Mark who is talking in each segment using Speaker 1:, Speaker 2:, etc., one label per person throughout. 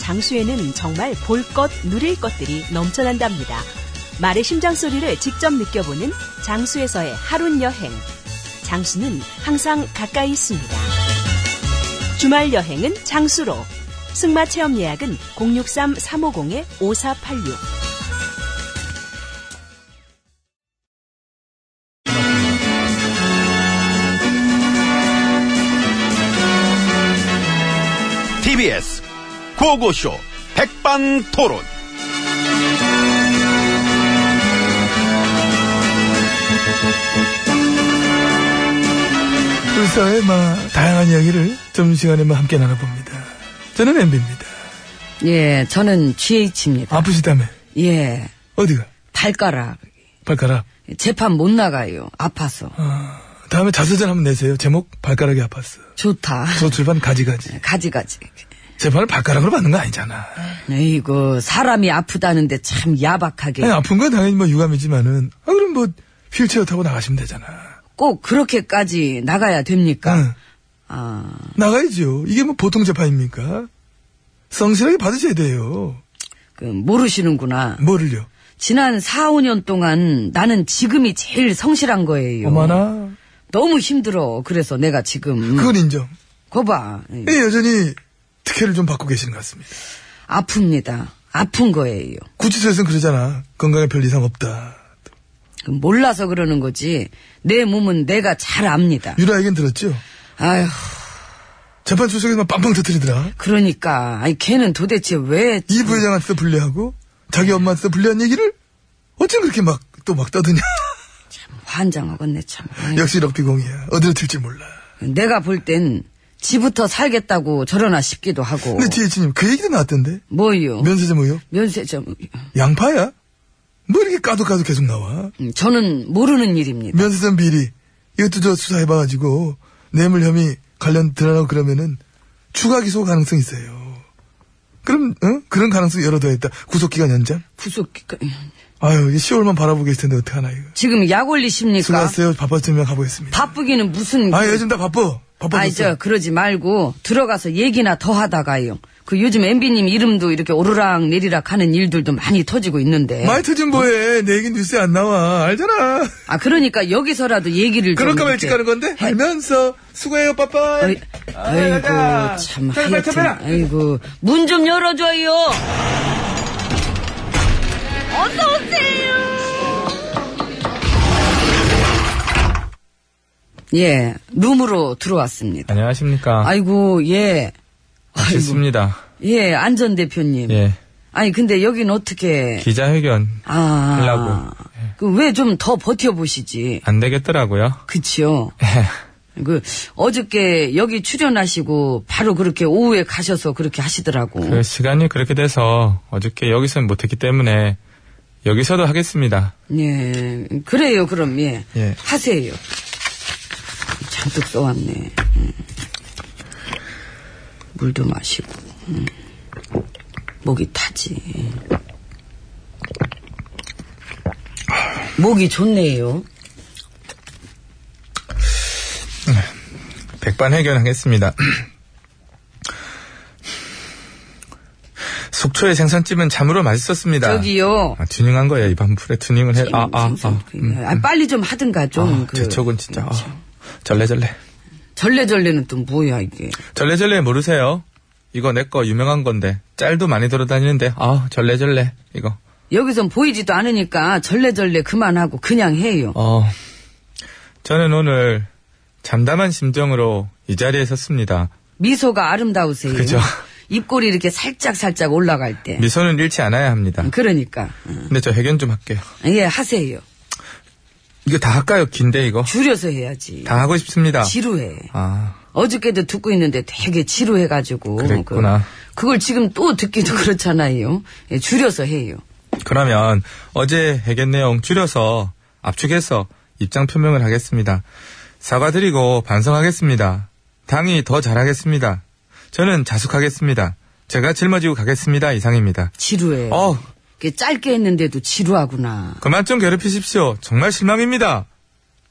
Speaker 1: 장수에는 정말 볼 것, 누릴 것들이 넘쳐난답니다. 말의 심장 소리를 직접 느껴보는 장수에서의 하룬 여행. 장수는 항상 가까이 있습니다. 주말 여행은 장수로. 승마 체험 예약은 063-350-5486.
Speaker 2: TBS 고고쇼 백반토론.
Speaker 3: 불사의 마, 다양한 이야기를 점심시간에 마 함께 나눠봅니다. 저는 엠비입니다.
Speaker 4: 예, 저는 GH입니다.
Speaker 3: 아프시다며
Speaker 4: 예,
Speaker 3: 어디가?
Speaker 4: 발가락.
Speaker 3: 발가락.
Speaker 4: 재판 못 나가요. 아파서.
Speaker 3: 다음에 자서전 한번 내세요. 제목 발가락이 아팠어.
Speaker 4: 좋다.
Speaker 3: 저 출판 가지가지.
Speaker 4: 가지가지.
Speaker 3: 재판을 발가락으로 받는 거 아니잖아.
Speaker 4: 이거 사람이 아프다는데 참 야박하게.
Speaker 3: 아니, 아픈 건 당연히 뭐 유감이지만은 아 그럼 뭐 휠체어 타고 나가시면 되잖아.
Speaker 4: 꼭 그렇게까지 나가야 됩니까?
Speaker 3: 응.
Speaker 4: 아,
Speaker 3: 나가야죠. 이게 뭐 보통 재판입니까? 성실하게 받으셔야 돼요.
Speaker 4: 그, 모르시는구나.
Speaker 3: 뭐를요?
Speaker 4: 지난 4, 5년 동안 나는 지금이 제일 성실한 거예요.
Speaker 3: 어머나.
Speaker 4: 너무 힘들어. 그래서 내가 지금.
Speaker 3: 그건 인정.
Speaker 4: 거봐.
Speaker 3: 예, 여전히 특혜를 좀 받고 계시는 것 같습니다.
Speaker 4: 아픕니다. 아픈 거예요.
Speaker 3: 구치소에서는 그러잖아. 건강에 별 이상 없다.
Speaker 4: 몰라서 그러는 거지. 내 몸은 내가 잘 압니다.
Speaker 3: 유라에겐 들었죠?
Speaker 4: 아휴.
Speaker 3: 재판 출석에서만 빵빵 터뜨리더라.
Speaker 4: 그러니까 아니 걔는 도대체 왜
Speaker 3: 이 부회장한테도 불리하고 자기 엄마한테도 불리한 얘기를 어쩜 그렇게 막 또 막 떠드냐.
Speaker 4: 환장하겠네 참. 아이,
Speaker 3: 역시 럭비공이야. 어디로 튈지 몰라.
Speaker 4: 내가 볼 땐 지부터 살겠다고 저러나 싶기도 하고.
Speaker 3: 근데 지혜진님 그 얘기도 나왔던데.
Speaker 4: 뭐요?
Speaker 3: 면세점 의혹.
Speaker 4: 면세점.
Speaker 3: 양파야? 뭐 이렇게 까도까도 계속 나와.
Speaker 4: 음, 저는 모르는 일입니다.
Speaker 3: 면세점 비리. 이것도 저 수사해봐가지고 뇌물 혐의 관련 드러나고 그러면은 추가 기소 가능성이 있어요. 그럼 어? 그런 가능성 열어둬야 했다. 구속기간 연장.
Speaker 4: 구속 그,
Speaker 3: 아유 이게 10월만 바라보고 계실 텐데 어떡하나 이거.
Speaker 4: 지금 약 올리십니까?
Speaker 3: 수고하세요. 바빠지면 가보겠습니다.
Speaker 4: 바쁘기는 무슨.
Speaker 3: 아 요즘 다 바빠.
Speaker 4: 아이,
Speaker 3: 바빠졌어.
Speaker 4: 저 그러지 말고 들어가서 얘기나 더 하다가요. 그 요즘 MB님 이름도 이렇게 오르락 내리락 하는 일들도 많이 터지고 있는데.
Speaker 3: 말투 좀 뭐해. 내 얘기 뉴스에 안 나와. 알잖아.
Speaker 4: 아 네. 그러니까 여기서라도 얘기를 좀.
Speaker 3: 그럴까 봐
Speaker 4: 이렇게
Speaker 3: 일찍 가는 건데? 알면서 수고해요 빠빠.
Speaker 4: 어이, 아이고
Speaker 3: 가자.
Speaker 4: 참
Speaker 3: 빨리 빨리
Speaker 4: 하여튼
Speaker 3: 잡아라.
Speaker 4: 아이고 문 좀 열어줘요 어서오세요 예 룸으로 들어왔습니다
Speaker 5: 안녕하십니까.
Speaker 4: 아이고 예 아이고,
Speaker 5: 좋습니다.
Speaker 4: 예 안전 대표님
Speaker 5: 예.
Speaker 4: 아니 근데 여긴 어떻게
Speaker 5: 기자회견
Speaker 4: 아
Speaker 5: 하려고.
Speaker 4: 그 왜 좀 더 버텨보시지
Speaker 5: 안 되겠더라고요.
Speaker 4: 그치요
Speaker 5: 예.
Speaker 4: 그 어저께 여기 출연하시고 바로 그렇게 오후에 가셔서 그렇게 하시더라고.
Speaker 5: 그 시간이 그렇게 돼서 어저께 여기서는 못했기 때문에 여기서도 하겠습니다.
Speaker 4: 예, 그래요 그럼 예,
Speaker 5: 예.
Speaker 4: 하세요. 잔뜩 써왔네. 음. 물도 마시고 음. 목이 타지. 목이 좋네요.
Speaker 5: 백반회견 하겠습니다. 속초의 생선찜은 참으로 맛있었습니다.
Speaker 4: 저기요.
Speaker 5: 아, 튜닝한 거예요. 입안 풀에 튜닝을 해. 아, 아, 아. 음.
Speaker 4: 아, 빨리 좀 하든가 좀.
Speaker 5: 아,
Speaker 4: 그,
Speaker 5: 재촉은 진짜. 아, 절레절레.
Speaker 4: 절레절레는 또 뭐야 이게.
Speaker 5: 절레절레 모르세요?
Speaker 3: 이거 내 거 유명한 건데 짤도 많이 돌아다니는데 아 절레절레 이거
Speaker 4: 여기선 보이지도 않으니까 절레절레 그만하고 그냥 해요.
Speaker 3: 어 저는 오늘 잠담한 심정으로 이 자리에 섰습니다.
Speaker 4: 미소가 아름다우세요.
Speaker 3: 그죠.
Speaker 4: 입꼬리 이렇게 살짝살짝 올라갈 때.
Speaker 3: 미소는 잃지 않아야 합니다.
Speaker 4: 그러니까.
Speaker 3: 근데 저 해견 좀 할게요.
Speaker 4: 예, 하세요.
Speaker 3: 이거 다 할까요? 긴데 이거
Speaker 4: 줄여서 해야지.
Speaker 3: 다 하고 싶습니다.
Speaker 4: 지루해.
Speaker 3: 아
Speaker 4: 어저께도 듣고 있는데 되게 지루해가지고.
Speaker 3: 그랬구나.
Speaker 4: 그, 걸 지금 또 듣기도 그렇잖아요. 예, 줄여서 해요.
Speaker 3: 그러면 어제 해견 내용 줄여서 압축해서 입장 표명을 하겠습니다. 사과드리고 반성하겠습니다. 당이 더 잘하겠습니다. 저는 자숙하겠습니다. 제가 짊어지고 가겠습니다. 이상입니다.
Speaker 4: 지루해.
Speaker 3: 어,
Speaker 4: 이게 짧게 했는데도 지루하구나.
Speaker 3: 그만 좀 괴롭히십시오. 정말 실망입니다.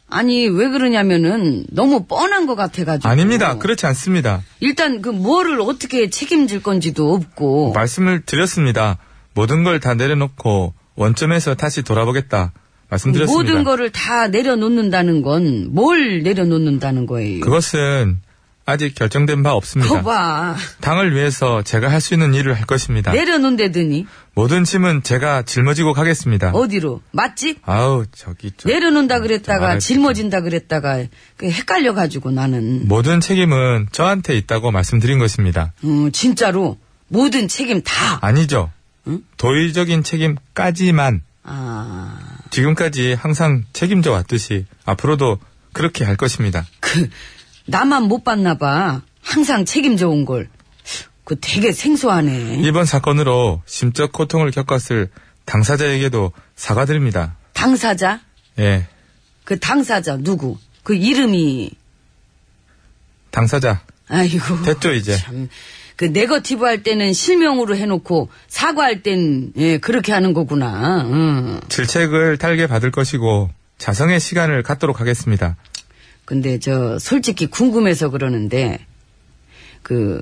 Speaker 4: 아니, 왜 그러냐면은 너무 뻔한 것 같아가지고.
Speaker 3: 아닙니다. 그렇지 않습니다.
Speaker 4: 일단 그 뭐를 어떻게 책임질 건지도 없고.
Speaker 3: 말씀을 드렸습니다. 모든 걸 다 내려놓고 원점에서 다시 돌아보겠다. 말씀드렸습니다.
Speaker 4: 모든 거를 다 내려놓는다는 건 뭘 내려놓는다는 거예요.
Speaker 3: 그것은 아직 결정된 바 없습니다.
Speaker 4: 거 봐.
Speaker 3: 당을 위해서 제가 할 수 있는 일을 할 것입니다.
Speaker 4: 네. 내려놓는다더니
Speaker 3: 모든 짐은 제가 짊어지고 가겠습니다.
Speaker 4: 어디로? 네. 맞지?
Speaker 3: 아우 저기 저
Speaker 4: 내려놓는다 그랬다가
Speaker 3: 말할
Speaker 4: 짊어진다 그랬다가 그 헷갈려가지고 나는
Speaker 3: 모든 책임은 저한테 있다고 말씀드린 것입니다.
Speaker 4: 음, 진짜로 모든 책임 다.
Speaker 3: 아니죠. 도의적인 책임까지만
Speaker 4: 아,
Speaker 3: 지금까지 항상 책임져 왔듯이 앞으로도 그렇게 할 것입니다.
Speaker 4: 그 나만 못 봤나 봐. 항상 책임져 온 걸. 그 되게 생소하네.
Speaker 3: 이번 사건으로 심적 고통을 겪었을 당사자에게도 사과드립니다.
Speaker 4: 당사자?
Speaker 3: 예,
Speaker 4: 그 당사자 누구? 그 이름이
Speaker 3: 당사자
Speaker 4: 아이고.
Speaker 3: 됐죠, 이제?
Speaker 4: 참. 그 네거티브 할 때는 실명으로 해놓고 사과할 땐 예, 그렇게 하는 거구나. 어. 응.
Speaker 3: 질책을 달게 받을 것이고 자성의 시간을 갖도록 하겠습니다.
Speaker 4: 근데 저 솔직히 궁금해서 그러는데 그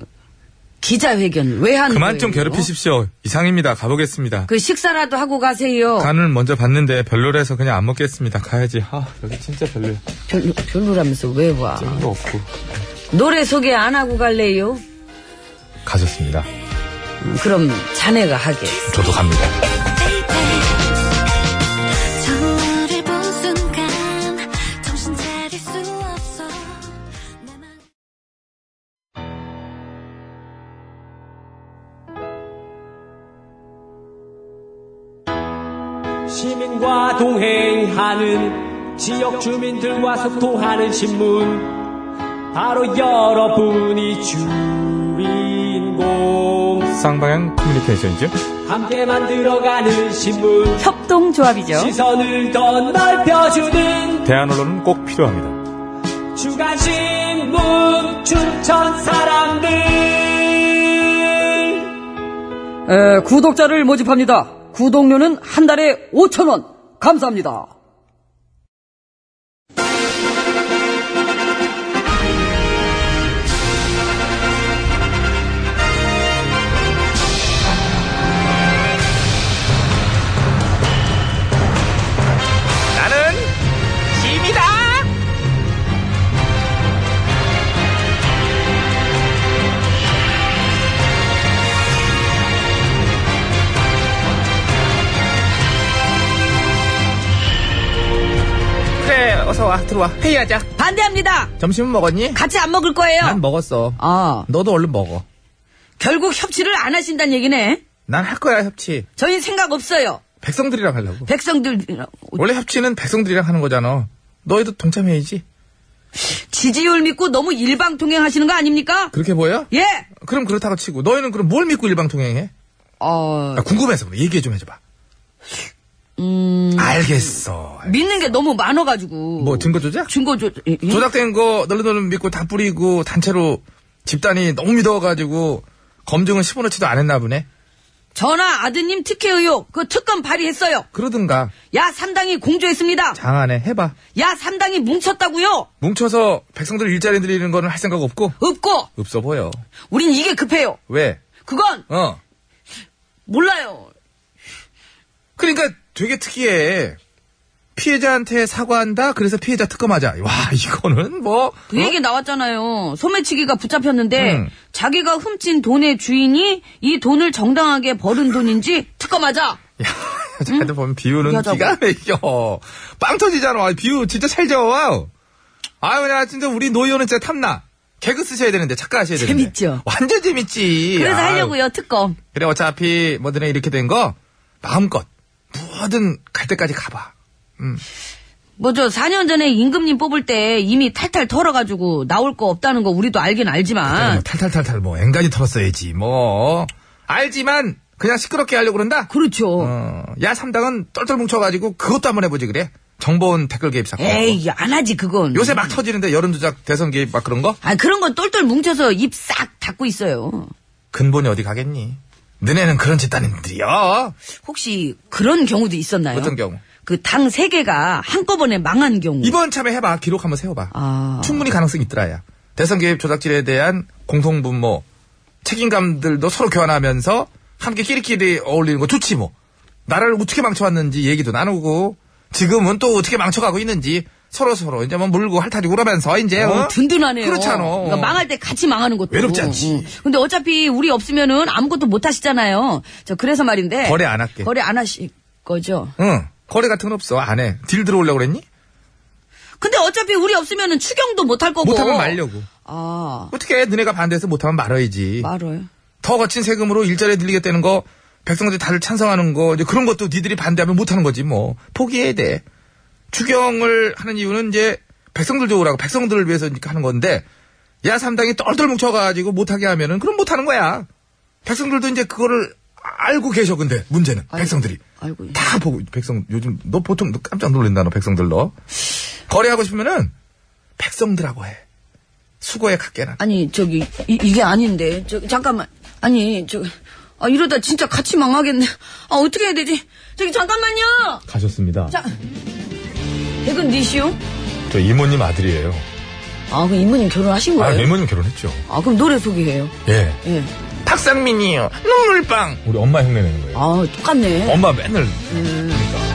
Speaker 4: 기자회견 왜 하는
Speaker 3: 그만
Speaker 4: 거예요?
Speaker 3: 좀 괴롭히십시오. 이상입니다. 가보겠습니다.
Speaker 4: 그 식사라도 하고 가세요.
Speaker 3: 간을 먼저 봤는데 별로라서 그냥 안 먹겠습니다. 가야지. 아 여기 진짜 별로야.
Speaker 4: 별로, 별로라면서 왜 와?
Speaker 3: 거 없고.
Speaker 4: 노래 소개 안 하고 갈래요?
Speaker 3: 가셨습니다.
Speaker 4: 음, 그럼 자네가 하게.
Speaker 3: 저도 갑니다.
Speaker 6: 시민과 동행하는 지역 주민들과 소통하는 신문 바로 여러분이 주인공
Speaker 3: 쌍방향 커뮤니케이션이죠.
Speaker 6: 함께 만들어가는 신문
Speaker 1: 협동조합이죠.
Speaker 6: 시선을 더 넓혀주는
Speaker 3: 대한 언론은 꼭 필요합니다.
Speaker 6: 주간신문 춘천 사람들
Speaker 4: 에, 구독자를 모집합니다. 구독료는 한 달에 5천 원. 감사합니다.
Speaker 2: 나는 짐이다. 그래 어서 와 들어와 회의하자.
Speaker 4: 반대합니다.
Speaker 2: 점심은 먹었니?
Speaker 4: 같이 안 먹을 거예요.
Speaker 2: 난 먹었어.
Speaker 4: 아,
Speaker 2: 너도 얼른 먹어.
Speaker 4: 결국 협치를 안 하신다는 얘기네.
Speaker 2: 난 할 거야 협치.
Speaker 4: 저희 생각 없어요.
Speaker 2: 백성들이랑 하려고.
Speaker 4: 백성들
Speaker 2: 원래 협치는 백성들이랑 하는 거잖아. 너희도 동참해야지.
Speaker 4: 지지율 믿고 너무 일방통행하시는 거 아닙니까?
Speaker 2: 그렇게 보여?
Speaker 4: 예.
Speaker 2: 그럼 그렇다고 치고 너희는 그럼 뭘 믿고 일방통행해?
Speaker 4: 어
Speaker 3: 아,
Speaker 2: 나 궁금해서 그래. 얘기 좀 해줘봐. 음. 알겠어.
Speaker 4: 믿는 게 너무 많아가지고
Speaker 2: 뭐 증거 조작?
Speaker 4: 증거 조 예? 예?
Speaker 2: 조작된 거 널널널 믿고 다 뿌리고 단체로 집단이 너무 믿어가지고 검증은 10원어치도 안 했나 보네.
Speaker 4: 전화 아드님 특혜 의혹 그 특검 발의했어요.
Speaker 2: 그러든가
Speaker 4: 야 삼당이 공조했습니다.
Speaker 2: 장안에 해봐.
Speaker 4: 야 삼당이 뭉쳤다고요?
Speaker 2: 뭉쳐서 백성들 일자리 드리는 거는 할 생각 없고
Speaker 4: 없고
Speaker 2: 없어 보여.
Speaker 4: 우린 이게 급해요.
Speaker 2: 왜?
Speaker 4: 그건
Speaker 2: 어.
Speaker 4: 몰라요.
Speaker 2: 그러니까 되게 특이해.
Speaker 3: 피해자한테 사과한다. 그래서 피해자 특검하자. 와 이거는 뭐
Speaker 4: 그 얘기 나왔잖아요. 소매치기가 붙잡혔는데
Speaker 3: 음.
Speaker 4: 자기가 훔친 돈의 주인이 이 돈을 정당하게 벌은 돈인지 특검하자.
Speaker 3: 야, 여자한테 보면 비유는
Speaker 4: 여자분.
Speaker 3: 기가 막혀. 빵 터지잖아. 아, 비유 진짜 잘 잡아. 아유, 그냥 진짜 우리 노 의원은 진짜 탐나. 개그 쓰셔야 되는데, 착각하셔야 되는데.
Speaker 4: 재밌죠?
Speaker 3: 완전 재밌지.
Speaker 4: 그래서
Speaker 3: 아유,
Speaker 4: 하려고요 특검.
Speaker 3: 그래, 어차피 뭐든 이렇게 된 거, 마음껏, 뭐든 갈 때까지 가봐.
Speaker 4: 뭐 저 4년 전에 임금님 뽑을 때 이미 탈탈 털어가지고 나올 거 없다는 거 우리도 알긴
Speaker 3: 그래,
Speaker 4: 알지만
Speaker 3: 뭐 탈탈탈탈 뭐, 앵간히 털었어야지, 뭐. 알지만, 그냥 시끄럽게 하려고 그런다?
Speaker 4: 그렇죠.
Speaker 3: 어, 야, 삼당은 똘똘 뭉쳐가지고, 그것도 한번 해보지, 그래. 정보원 댓글 개입 사건.
Speaker 4: 에이 안 하지 그건.
Speaker 3: 요새 막 터지는데, 여론조작, 대선 개입 막 그런 거?
Speaker 4: 아 그런 건 똘똘 뭉쳐서 입 싹 닫고 있어요.
Speaker 3: 근본이 어디 가겠니? 너네는 그런 짓단인들이야.
Speaker 4: 혹시 그런 경우도 있었나요?
Speaker 3: 어떤 경우?
Speaker 4: 그 당 세 개가 한꺼번에 망한 경우.
Speaker 3: 이번 참에 해봐. 기록 한번 세워봐.
Speaker 4: 아.
Speaker 3: 충분히 가능성이 있더라야. 대선 개입 조작질에 대한 공통분모, 책임감들도 서로 교환하면서 함께 끼리끼리 어울리는 거 좋지 뭐. 나라를 어떻게 망쳐왔는지 얘기도 나누고 지금은 또 어떻게 망쳐가고 있는지 서로 서로 이제 뭐 물고 핥아주고 그러면서 이제
Speaker 4: 어,
Speaker 3: 어?
Speaker 4: 든든하네요.
Speaker 3: 그렇잖아.
Speaker 4: 그러니까 망할 때 같이 망하는 것도
Speaker 3: 외롭지 않지.
Speaker 4: 응. 근데 어차피 우리 없으면은 아무것도 못 하시잖아요. 저 그래서 말인데
Speaker 3: 거래 안 할게.
Speaker 4: 거래 안 하실 거죠.
Speaker 3: 응. 거래 같은 건 없어. 안 해. 딜 들어오려고 그랬니?
Speaker 4: 근데 어차피 우리 없으면은 추경도 못 할 거고.
Speaker 3: 못하면 말려고.
Speaker 4: 아
Speaker 3: 어떻게 해? 너네가 반대해서 못하면 말아야지.
Speaker 4: 말어요.
Speaker 3: 더 거친 세금으로 일자리 늘리겠다는 거, 백성들이 다들 찬성하는 거, 이제 그런 것도 니들이 반대하면 못하는 거지, 뭐. 포기해야 돼. 추경을 하는 이유는 이제 백성들 좋으라고, 백성들을 위해서 이렇게 하는 건데, 야삼당이 똘똘 뭉쳐가지고 못하게 하면은, 그럼 못하는 거야. 백성들도 이제 그거를 알고 계셔, 근데, 문제는. 백성들이.
Speaker 4: 아이고.
Speaker 3: 다 보고, 백성, 요즘, 너 보통 너 깜짝 놀란다, 너 백성들 너. 거래하고 싶으면은, 백성들하고 해. 수고해, 각계나.
Speaker 4: 아니 저기 이, 이게 아닌데 저 잠깐만 아니 저 아, 이러다 진짜 같이 망하겠네. 아 어떻게 해야 되지? 저기 잠깐만요.
Speaker 5: 가셨습니다.
Speaker 4: 자 백은 니시오?
Speaker 5: 저 이모님 아들이에요.
Speaker 4: 아 그럼 이모님 결혼하신
Speaker 5: 아,
Speaker 3: 네.
Speaker 4: 거예요?
Speaker 5: 이모님 결혼했죠.
Speaker 4: 아 그럼 노래 소개해요.
Speaker 5: 예.
Speaker 4: 예.
Speaker 3: 박상민이요. 눈물빵.
Speaker 5: 우리 엄마 흉내 내는 거예요.
Speaker 4: 아 똑같네.
Speaker 5: 엄마 맨날. 그러니까.